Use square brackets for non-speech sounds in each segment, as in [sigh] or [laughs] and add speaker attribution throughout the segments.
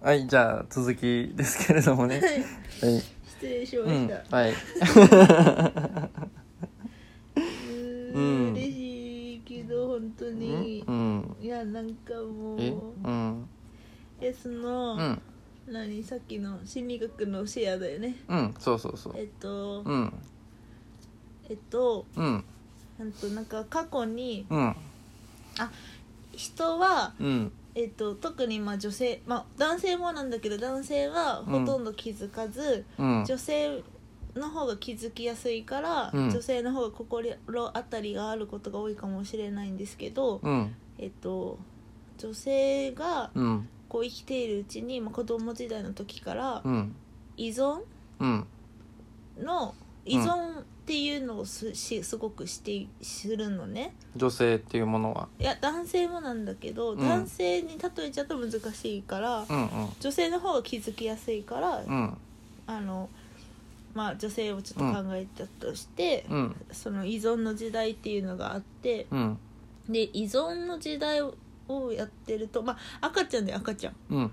Speaker 1: はいじゃあ続きですけれどもね
Speaker 2: はい
Speaker 1: はい、
Speaker 2: 失礼しま
Speaker 1: う
Speaker 2: し
Speaker 1: ん、
Speaker 2: た、
Speaker 1: はい
Speaker 2: う
Speaker 1: うん
Speaker 2: ん、嬉しいけど本当に
Speaker 1: う、ん
Speaker 2: いやなんかもう
Speaker 1: えうん
Speaker 2: いやその、
Speaker 1: うん
Speaker 2: 何さっきの心理学のシェアだよね
Speaker 1: うんそうそうそう
Speaker 2: えっと、
Speaker 1: うん
Speaker 2: えっと
Speaker 1: うん
Speaker 2: なんとなんか過去に
Speaker 1: うん
Speaker 2: 人は
Speaker 1: うん
Speaker 2: えっと、特にまあ女性、まあ、男性もなんだけど男性はほとんど気づかず、
Speaker 1: うん
Speaker 2: 女性の方が気づきやすいから、
Speaker 1: うん
Speaker 2: 女性の方が心当たりがあることが多いかもしれないんですけど、
Speaker 1: うん
Speaker 2: えっと、女性が
Speaker 1: うん
Speaker 2: こう生きているうちに、まあ、子供時代の時から
Speaker 1: うん
Speaker 2: 依存
Speaker 1: うん
Speaker 2: の依存っていうのをすしすごくしてするのね
Speaker 1: 女性っていうものはい
Speaker 2: や男性もなんだけど、
Speaker 1: ん
Speaker 2: 男性に例えちゃうと難しいから。
Speaker 1: うん
Speaker 2: 女性の方が気づきやすいから、
Speaker 1: うんうん
Speaker 2: あのまあ女性をちょっと考えたとして、
Speaker 1: うん
Speaker 2: その依存の時代っていうのがあって
Speaker 1: うん
Speaker 2: で依存の時代をやってるとまあ赤ちゃんで赤ちゃん
Speaker 1: うん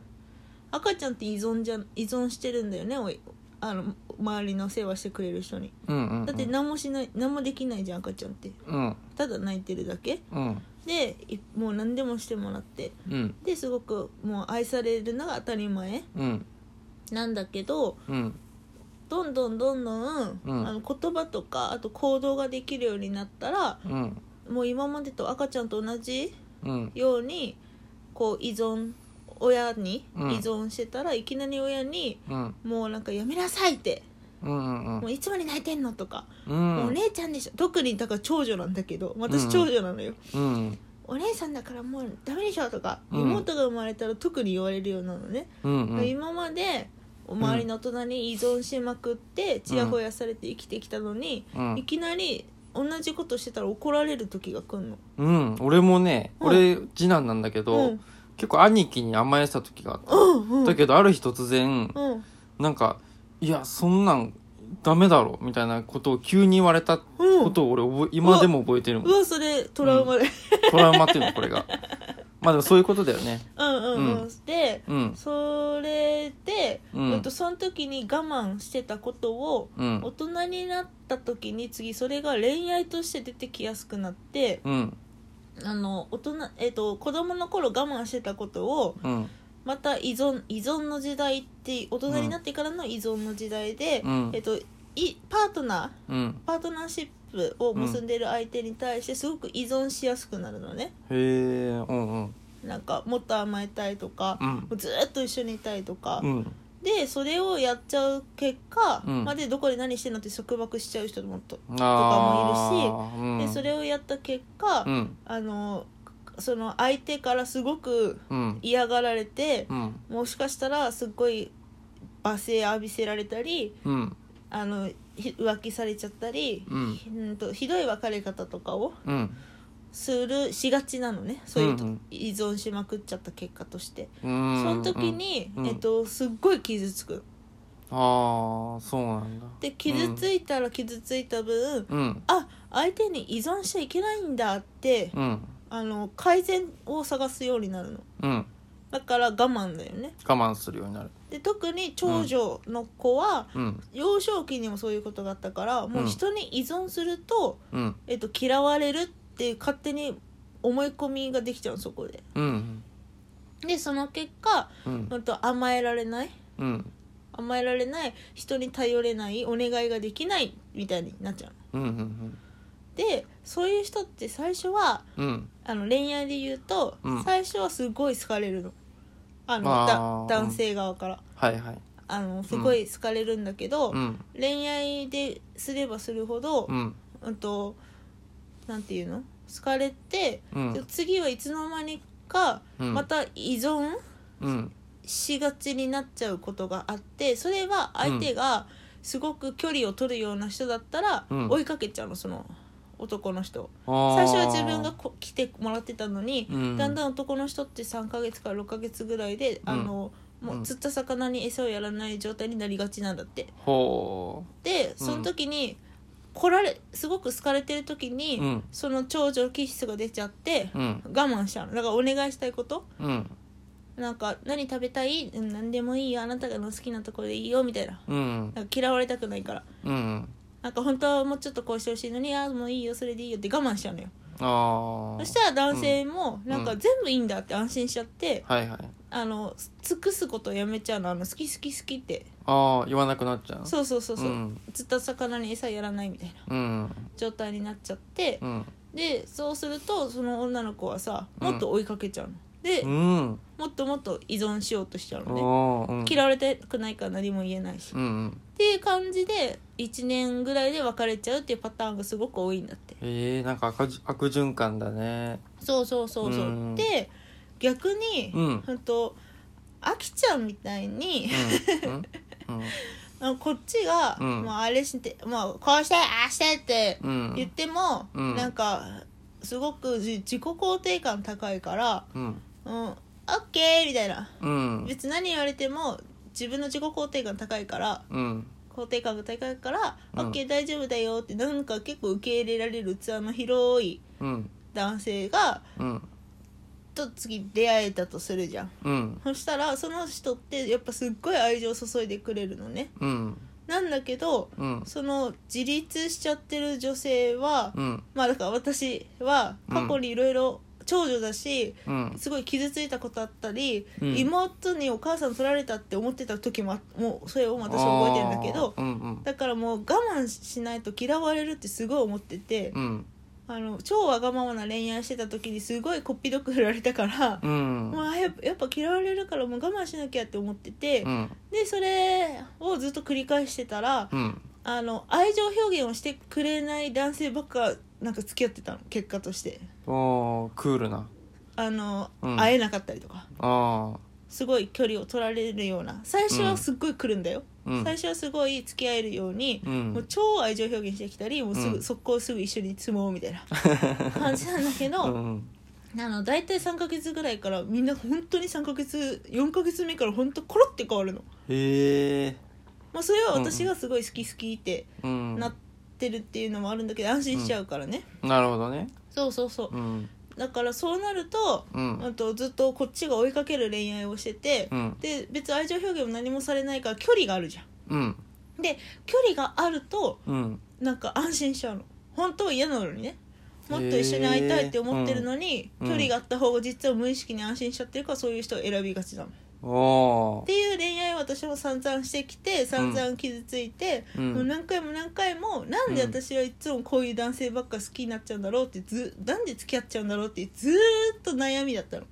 Speaker 2: 赤ちゃんって依存じゃん依存してるんだよねおいあの周りの世話してくれる人に
Speaker 1: うんうん
Speaker 2: だって何もしない何もできないじゃん赤ちゃんって
Speaker 1: うん
Speaker 2: ただ泣いてるだけ
Speaker 1: うん
Speaker 2: でいもう何でもしてもらって
Speaker 1: うん
Speaker 2: ですごくもう愛されるのが当たり前
Speaker 1: うん
Speaker 2: なんだけど
Speaker 1: うん
Speaker 2: どんどんどんどん、
Speaker 1: うん
Speaker 2: あの言葉とかあと行動ができるようになったら
Speaker 1: うん
Speaker 2: もう今までと赤ちゃんと同じ
Speaker 1: うん
Speaker 2: ようにこう依存親に依
Speaker 1: うん
Speaker 2: 存してたら、いきなり親に
Speaker 1: うん
Speaker 2: もうなんかやめなさいって
Speaker 1: うん
Speaker 2: もういつまで泣いてんのとか、
Speaker 1: うん
Speaker 2: もうお姉ちゃんでしょ特にだから長女なんだけど
Speaker 1: う
Speaker 2: 私
Speaker 1: ん
Speaker 2: 長女なのよ、
Speaker 1: うん
Speaker 2: お姉さんだからもうダメでしょとか、
Speaker 1: うん
Speaker 2: 妹が生まれたら特に言われるようなのね、
Speaker 1: うんうん
Speaker 2: 今まで周りの大人に依存しまくってちやほやされて生きてきたのに、
Speaker 1: うん
Speaker 2: いきなり同じことしてたら怒られる時が来るの。
Speaker 1: うん俺もね
Speaker 2: うん
Speaker 1: 俺次男なんだけ
Speaker 2: う
Speaker 1: ど
Speaker 2: ん
Speaker 1: 結構兄貴に甘えてた時があった
Speaker 2: うんうん
Speaker 1: だけどある日突然
Speaker 2: うん
Speaker 1: なんかいやそんなんダメだろみたいなことを急に言われた
Speaker 2: うん
Speaker 1: ことを俺覚え今でも覚えてるも
Speaker 2: うんわそれトラウマで、
Speaker 1: トラウマっていうのこれ
Speaker 2: [laughs]
Speaker 1: がまあでもそういうことだよね
Speaker 2: うん、うんうんで
Speaker 1: うん
Speaker 2: それで、
Speaker 1: うん
Speaker 2: えっとその時に我慢してたことを
Speaker 1: うん
Speaker 2: 大人になった時に次それが恋愛として出てきやすくなって
Speaker 1: うん
Speaker 2: あの大人、えっと子供の頃我慢してたことを
Speaker 1: うん
Speaker 2: また依存依存の時代って大人になってからの依存の時代で、
Speaker 1: うん
Speaker 2: えっと、いパートナ
Speaker 1: うん
Speaker 2: ーパートナーシップを結んでる相手に対してすごく依存しやすくなるのね
Speaker 1: へえうんうん
Speaker 2: なんかもっと甘えたいとか、
Speaker 1: う
Speaker 2: も
Speaker 1: ん
Speaker 2: うずーっと一緒にいたいとか、
Speaker 1: うん
Speaker 2: でそれをやっちゃう結果、
Speaker 1: うん
Speaker 2: まあでどこで何してんのって束縛しちゃう人もと、
Speaker 1: あー
Speaker 2: か
Speaker 1: うん
Speaker 2: でそれをやった結果、
Speaker 1: うん
Speaker 2: あのその相手からすごく
Speaker 1: うん
Speaker 2: 嫌がられて、
Speaker 1: うん
Speaker 2: もしかしたらすっごい罵声浴びせられたり
Speaker 1: うん
Speaker 2: あのひ浮気されちゃったり、
Speaker 1: うん
Speaker 2: ひんとひどい別れ方とかを
Speaker 1: うん
Speaker 2: するしがちなのねそういうと
Speaker 1: うんうん
Speaker 2: 依存しまくっちゃった結果として、
Speaker 1: うん
Speaker 2: その時に、
Speaker 1: うん
Speaker 2: えっと、すっごい傷つく
Speaker 1: ああそうなんだ
Speaker 2: で傷ついたら傷ついた分、
Speaker 1: うん
Speaker 2: あ相手に依存しちゃいけないんだって
Speaker 1: うん
Speaker 2: あの改善を探すようになるの
Speaker 1: うん
Speaker 2: だから我慢だよね
Speaker 1: 我慢するようになる
Speaker 2: で特に長女の子は、
Speaker 1: うん
Speaker 2: 幼少期にもそういうことがあったからもう人に依存すると、
Speaker 1: うん
Speaker 2: えっと、嫌われるっていう勝手に思い込みができちゃうそこで
Speaker 1: うん
Speaker 2: でその結果、
Speaker 1: うん
Speaker 2: うん、と甘えられない
Speaker 1: うん
Speaker 2: 甘えられない人に頼れないお願いができないみたいになっちゃう
Speaker 1: うんうん
Speaker 2: でそういう人って最初は
Speaker 1: うん
Speaker 2: あの恋愛で言うと、
Speaker 1: うん
Speaker 2: 最初はすごい好かれるのあの
Speaker 1: あー
Speaker 2: だ男性側から、
Speaker 1: はいはい
Speaker 2: あのすごい好かれるんだけど、
Speaker 1: うん
Speaker 2: 恋愛ですればするほど、
Speaker 1: うん
Speaker 2: うんとなんていうの好かれて、
Speaker 1: うん
Speaker 2: で次はいつの間にか
Speaker 1: うん
Speaker 2: また依存
Speaker 1: うん
Speaker 2: しがちになっちゃうことがあってそれは相手がすごく距離を取るような人だったら
Speaker 1: うん
Speaker 2: 追いかけちゃうのその男の人。
Speaker 1: あー
Speaker 2: 最初は自分がこ来てもらってたのに、
Speaker 1: うん
Speaker 2: だんだん男の人って3ヶ月から6ヶ月ぐらいで、あのも
Speaker 1: うん
Speaker 2: う釣った魚に餌をやらない状態になりがちなんだって
Speaker 1: ほ
Speaker 2: でその時に、来られすごく好かれてる時に、
Speaker 1: うん
Speaker 2: その長女気質が出ちゃって、
Speaker 1: ううん
Speaker 2: 我慢しちゃうのだからお願いしたいこと
Speaker 1: うん
Speaker 2: うなんか何食べたいうん何でもいいよあなたの好きなところでいいよみたいな
Speaker 1: うん
Speaker 2: なんか嫌われたくないから
Speaker 1: うん
Speaker 2: なんか本当はもうちょっとこうしてほしいのにあーもういいよそれでいいよって我慢しちゃうのよ
Speaker 1: ああ
Speaker 2: そしたら男性もなんか全部いいんだって安心しちゃって、
Speaker 1: はいはい
Speaker 2: あの尽くすことをやめちゃうのあの好き好き好きって
Speaker 1: ああ言わなくなっちゃう
Speaker 2: そうそうそうそう、
Speaker 1: うん
Speaker 2: ずっと魚に餌やらないみたいな
Speaker 1: うん
Speaker 2: 状態になっちゃって、
Speaker 1: うん
Speaker 2: でそうするとその女の子はさもっと追いかけちゃうの、で、
Speaker 1: うん
Speaker 2: もっともっと依存しようとしちゃうのね
Speaker 1: おーうん
Speaker 2: 嫌われたくないから何も言えないし、
Speaker 1: う
Speaker 2: っ
Speaker 1: んうん
Speaker 2: ていう感じで1年ぐらいで別れちゃうっていうパターンがすごく多いんだって
Speaker 1: えー、なんか悪じ悪循環だね
Speaker 2: そうそうそうそう、
Speaker 1: うん
Speaker 2: で逆に、
Speaker 1: うん
Speaker 2: ほんとあきちゃんみたいに、
Speaker 1: うんうん
Speaker 2: あのこっちが、
Speaker 1: うん
Speaker 2: もうあれしてもうこうしてああしてって
Speaker 1: うん
Speaker 2: 言っても、
Speaker 1: うん
Speaker 2: なんかすごくじ自己肯定感高いから
Speaker 1: うん
Speaker 2: 「うん、オッケー」みたいな
Speaker 1: うん
Speaker 2: 別に何言われても自分の自己肯定感高いから
Speaker 1: うん
Speaker 2: 肯定感が高いから「
Speaker 1: うん
Speaker 2: オッケー大丈夫だよ」ってなんか結構受け入れられる器の広い
Speaker 1: うん
Speaker 2: 男性が
Speaker 1: うん
Speaker 2: と次出会えたとするじゃん
Speaker 1: うん
Speaker 2: そしたらその人ってやっぱすっごい愛情を注いでくれるのね
Speaker 1: うん
Speaker 2: なんだけど
Speaker 1: うん
Speaker 2: その自立しちゃってる女性は、
Speaker 1: うん
Speaker 2: まあだから私は過去にいろいろ長女だし、
Speaker 1: うん
Speaker 2: すごい傷ついたことあったり、
Speaker 1: うん
Speaker 2: 妹にお母さん取られたって思ってた時もあもうそれを私は覚えてるんだけど
Speaker 1: あーうんうん
Speaker 2: だからもう我慢しないと嫌われるってすごい思ってて、
Speaker 1: うん
Speaker 2: あの超わがままな恋愛してた時にすごいこっぴどく振られたから、
Speaker 1: うん
Speaker 2: まあやっぱやっぱ嫌われるからもう我慢しなきゃって思ってて、
Speaker 1: うん
Speaker 2: でそれをずっと繰り返してたら、
Speaker 1: うん
Speaker 2: あの愛情表現をしてくれない男性ばっかなんか付き合ってたの結果として
Speaker 1: おークールな
Speaker 2: あの、
Speaker 1: うん
Speaker 2: 会えなかったりとか
Speaker 1: ああ
Speaker 2: すごい距離を取られるような最初はすっごい来るんだよ、
Speaker 1: うん
Speaker 2: 最初はすごい付き合えるように、
Speaker 1: うん
Speaker 2: もう超愛情表現してきたりもうすぐ、
Speaker 1: うん
Speaker 2: 速攻すぐ一緒に積もうみた
Speaker 1: [laughs]
Speaker 2: いな感じなんだけ
Speaker 1: う
Speaker 2: ど、
Speaker 1: ん
Speaker 2: あの大体3ヶ月ぐらいからみんな本当に3ヶ月4ヶ月目から本当コロって変わるの、
Speaker 1: へえ
Speaker 2: まあ、それは私がすごい好き好きって
Speaker 1: うん
Speaker 2: なってるっていうのもあるんだけど安心しちゃうからね、
Speaker 1: なるほどね
Speaker 2: そうそうそう
Speaker 1: うん
Speaker 2: だからそうなると,、
Speaker 1: うん
Speaker 2: うん、とずっとこっちが追いかける恋愛をしてて、
Speaker 1: うん
Speaker 2: で別に愛情表現も何もされないから距離があるじゃ
Speaker 1: うん
Speaker 2: んで距離があると
Speaker 1: うん
Speaker 2: なんか安心しちゃうの本当は嫌なのにねもっと一緒に会いたいって思ってるのに、
Speaker 1: へーうん
Speaker 2: 距離があった方が実は無意識に安心しちゃってるからそういう人を選びがちなのっ
Speaker 1: おー
Speaker 2: ていう恋愛を私も散々してきて散々傷ついて、
Speaker 1: うん
Speaker 2: もう何回も何回もなんで私はいつもこういう男性ばっか好きになっちゃうんだろうってずなんで付き合っちゃうんだろうってずーっと悩みだったの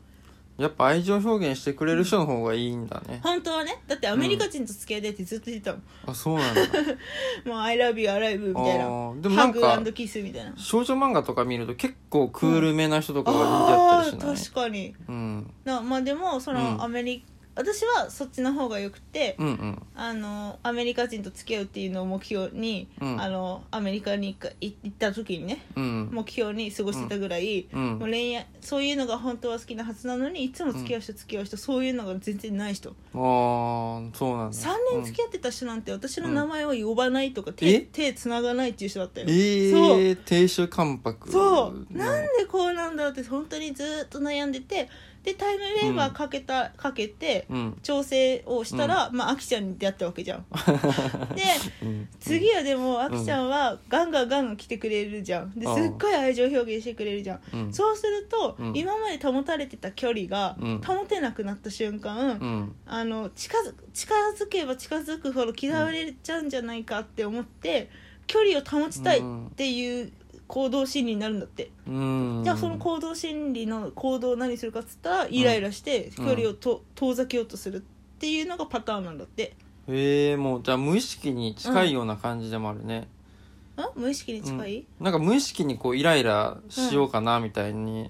Speaker 1: やっぱ愛情表現してくれる人の方がいいんだね
Speaker 2: 本当はねだってアメリカ人と付き合いたいってずっと言ってたもん、
Speaker 1: あそうなんだ
Speaker 2: もう「I love you I love you」みたい
Speaker 1: あ
Speaker 2: なハ
Speaker 1: ーでもなんか
Speaker 2: グキスみたいな
Speaker 1: 少女漫画とか見ると結構クールめな人とかが人気あ
Speaker 2: あ
Speaker 1: ったり
Speaker 2: ー
Speaker 1: しない
Speaker 2: 確かに
Speaker 1: うん
Speaker 2: なまあでもその、
Speaker 1: うん
Speaker 2: アメリ私はそっちの方がよくて、
Speaker 1: うんうん
Speaker 2: あのアメリカ人と付き合うっていうのを目標に、
Speaker 1: うん
Speaker 2: あのアメリカに一回行った時にね
Speaker 1: うん
Speaker 2: 目標に過ごしてたぐらい、
Speaker 1: うん
Speaker 2: もう恋愛そういうのが本当は好きなはずなのにいつも付き合う人付き合う人、そういうのが全然ない人
Speaker 1: あーそうなんだ
Speaker 2: 3年付き合ってた人なんて私の名前を呼ばないとか、
Speaker 1: え
Speaker 2: 手手つながないっていう人だったよ
Speaker 1: えー、亭主関白
Speaker 2: そう、
Speaker 1: ね
Speaker 2: なんでこうなんだろうって本当にずっと悩んでてでタイムウェーバーかけた、かけて
Speaker 1: うん
Speaker 2: 調整をしたら、まあ、あきちゃんに出会ったわ
Speaker 1: [laughs]
Speaker 2: けじゃんで
Speaker 1: うん
Speaker 2: 次はでもあきちゃんはガンガンガンガン来てくれるじゃんです
Speaker 1: ああ
Speaker 2: っごい愛情表現してくれるじゃん
Speaker 1: うん
Speaker 2: そうすると、
Speaker 1: うん
Speaker 2: 今まで保たれてた距離が
Speaker 1: うん
Speaker 2: 保てなくなった瞬間、
Speaker 1: うん
Speaker 2: あの近づ近づけば近づくほど嫌われちゃうんじゃないかって思って、距離を保ちたいっていう行動心理になるんだって、
Speaker 1: うん
Speaker 2: じゃあその行動心理の行動を何するかっつったらイライラして距離をと、遠ざけようとするっていうのがパターンなんだって
Speaker 1: えー、もうじゃあ無意識に近いような感じでもあるね、
Speaker 2: あ無意識に近い、
Speaker 1: うんなんか無意識にこうイライラしようかなみたいに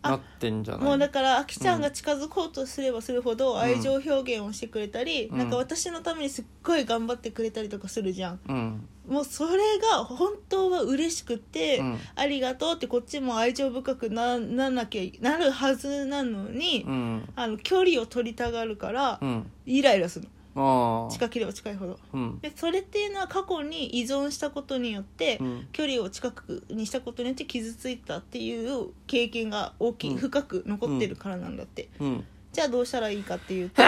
Speaker 1: なってんじゃない、
Speaker 2: もうだからあきちゃんが近づこうとすればするほど愛情表現をしてくれたり、
Speaker 1: うん
Speaker 2: なんか私のためにすっごい頑張ってくれたりとかするじゃん
Speaker 1: うん
Speaker 2: もうそれが本当は嬉しくて、
Speaker 1: うん
Speaker 2: ありがとうってこっちも愛情深くなななきゃなるはずなのに、
Speaker 1: うん
Speaker 2: あの距離を取りたがるから、
Speaker 1: うん
Speaker 2: イライラするの
Speaker 1: ああ
Speaker 2: 近ければ近いほど
Speaker 1: うん
Speaker 2: でそれっていうのは過去に依存したことによって、
Speaker 1: うん
Speaker 2: 距離を近くにしたことによって傷ついたっていう経験が大きい、
Speaker 1: うん
Speaker 2: 深く残ってるからなんだって、
Speaker 1: うん
Speaker 2: じゃあどうしたらいいかっていうと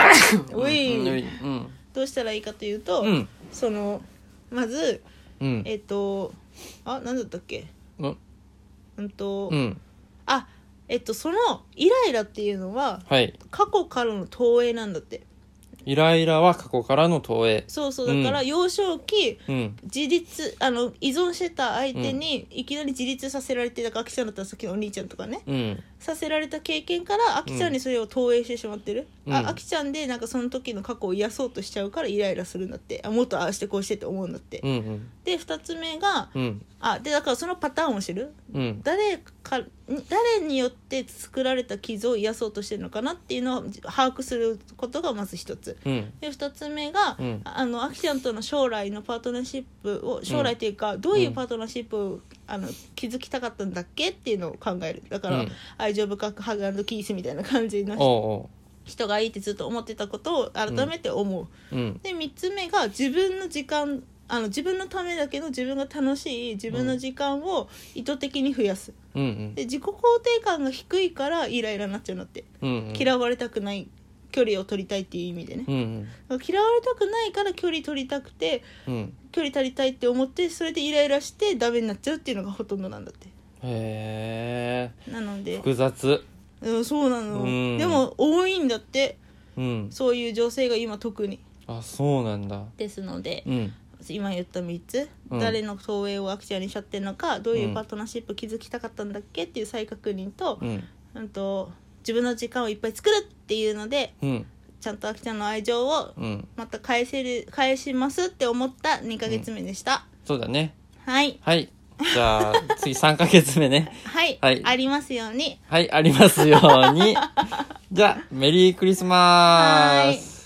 Speaker 2: お
Speaker 1: うんう
Speaker 2: い
Speaker 1: んうん
Speaker 2: どうしたらいいかというと、
Speaker 1: うん
Speaker 2: そのまず
Speaker 1: うん
Speaker 2: えっ、とあ何だったっけ
Speaker 1: うん
Speaker 2: うんと、
Speaker 1: うん
Speaker 2: あえっとそのイライラっていうのは
Speaker 1: はい
Speaker 2: 過去からの投影なんだって
Speaker 1: イライラは過去からの投影
Speaker 2: そうそう
Speaker 1: う
Speaker 2: だ
Speaker 1: ん
Speaker 2: から幼少期、
Speaker 1: うん
Speaker 2: 自立あの依存してた相手にいきなり自立させられてだからアキちゃんだったらさっきのお兄ちゃんとかね
Speaker 1: うん
Speaker 2: させられた経験からアキちゃんにそれを投影してしまってる、
Speaker 1: うん
Speaker 2: あアキちゃんでなんかその時の過去を癒そうとしちゃうからイライラするんだってあもっとああしてこうしてって思うんだって、
Speaker 1: うんうん
Speaker 2: で2つ目が
Speaker 1: うん
Speaker 2: あでだからそのパターンを知る
Speaker 1: うん
Speaker 2: 誰か誰によって作られた傷を癒そうとしてるのかなっていうのを把握することがまず一つ
Speaker 1: うん
Speaker 2: で2つ目が、
Speaker 1: うん
Speaker 2: あのアキちゃんとの将来のパートナーシップを将来というか、どういうパートナーシップをあの築きたかったんだっけっていうのを考えるだから、
Speaker 1: うん
Speaker 2: 愛情深くハグキースみたいな感じの
Speaker 1: おうお
Speaker 2: 人がいいってずっと思ってたことを改めて思う、
Speaker 1: ううん
Speaker 2: で3つ目が自分の時間あの自分のためだけど自分が楽しい自分の時間を意図的に増やす、
Speaker 1: うんうん
Speaker 2: で自己肯定感が低いからイライラになっちゃうんだって、
Speaker 1: うんうん
Speaker 2: 嫌われたくない距離を取りたいっていう意味でね、
Speaker 1: うん
Speaker 2: 嫌われたくないから距離取りたくて
Speaker 1: うんうん
Speaker 2: 距離足りたいって思ってそれでイライラしてダメになっちゃうっていうのがほとんどなんだって
Speaker 1: へ
Speaker 2: なの
Speaker 1: え
Speaker 2: で
Speaker 1: 複雑
Speaker 2: うんそうなの
Speaker 1: うん
Speaker 2: でも多いんだって
Speaker 1: うん
Speaker 2: そういう女性が今特に
Speaker 1: あそうなんだ
Speaker 2: ですので
Speaker 1: うん
Speaker 2: 今言った3つ、
Speaker 1: うん
Speaker 2: 誰の投影をアクチャにしちゃってるのかどういうパートナーシップ築きたかったんだっけっていう再確認と,、
Speaker 1: うん
Speaker 2: うん、と自分の時間をいっぱい作るっていうので
Speaker 1: うん
Speaker 2: ちゃんとアクチャの愛情を
Speaker 1: うん
Speaker 2: また返せる返しますって思った2ヶ月目でした、
Speaker 1: そうだね
Speaker 2: はい
Speaker 1: はいじゃあ次3ヶ月目ね
Speaker 2: はい、
Speaker 1: はい
Speaker 2: ありますように。
Speaker 1: はいありますようにじゃあメリークリスマ
Speaker 2: はーい
Speaker 1: ス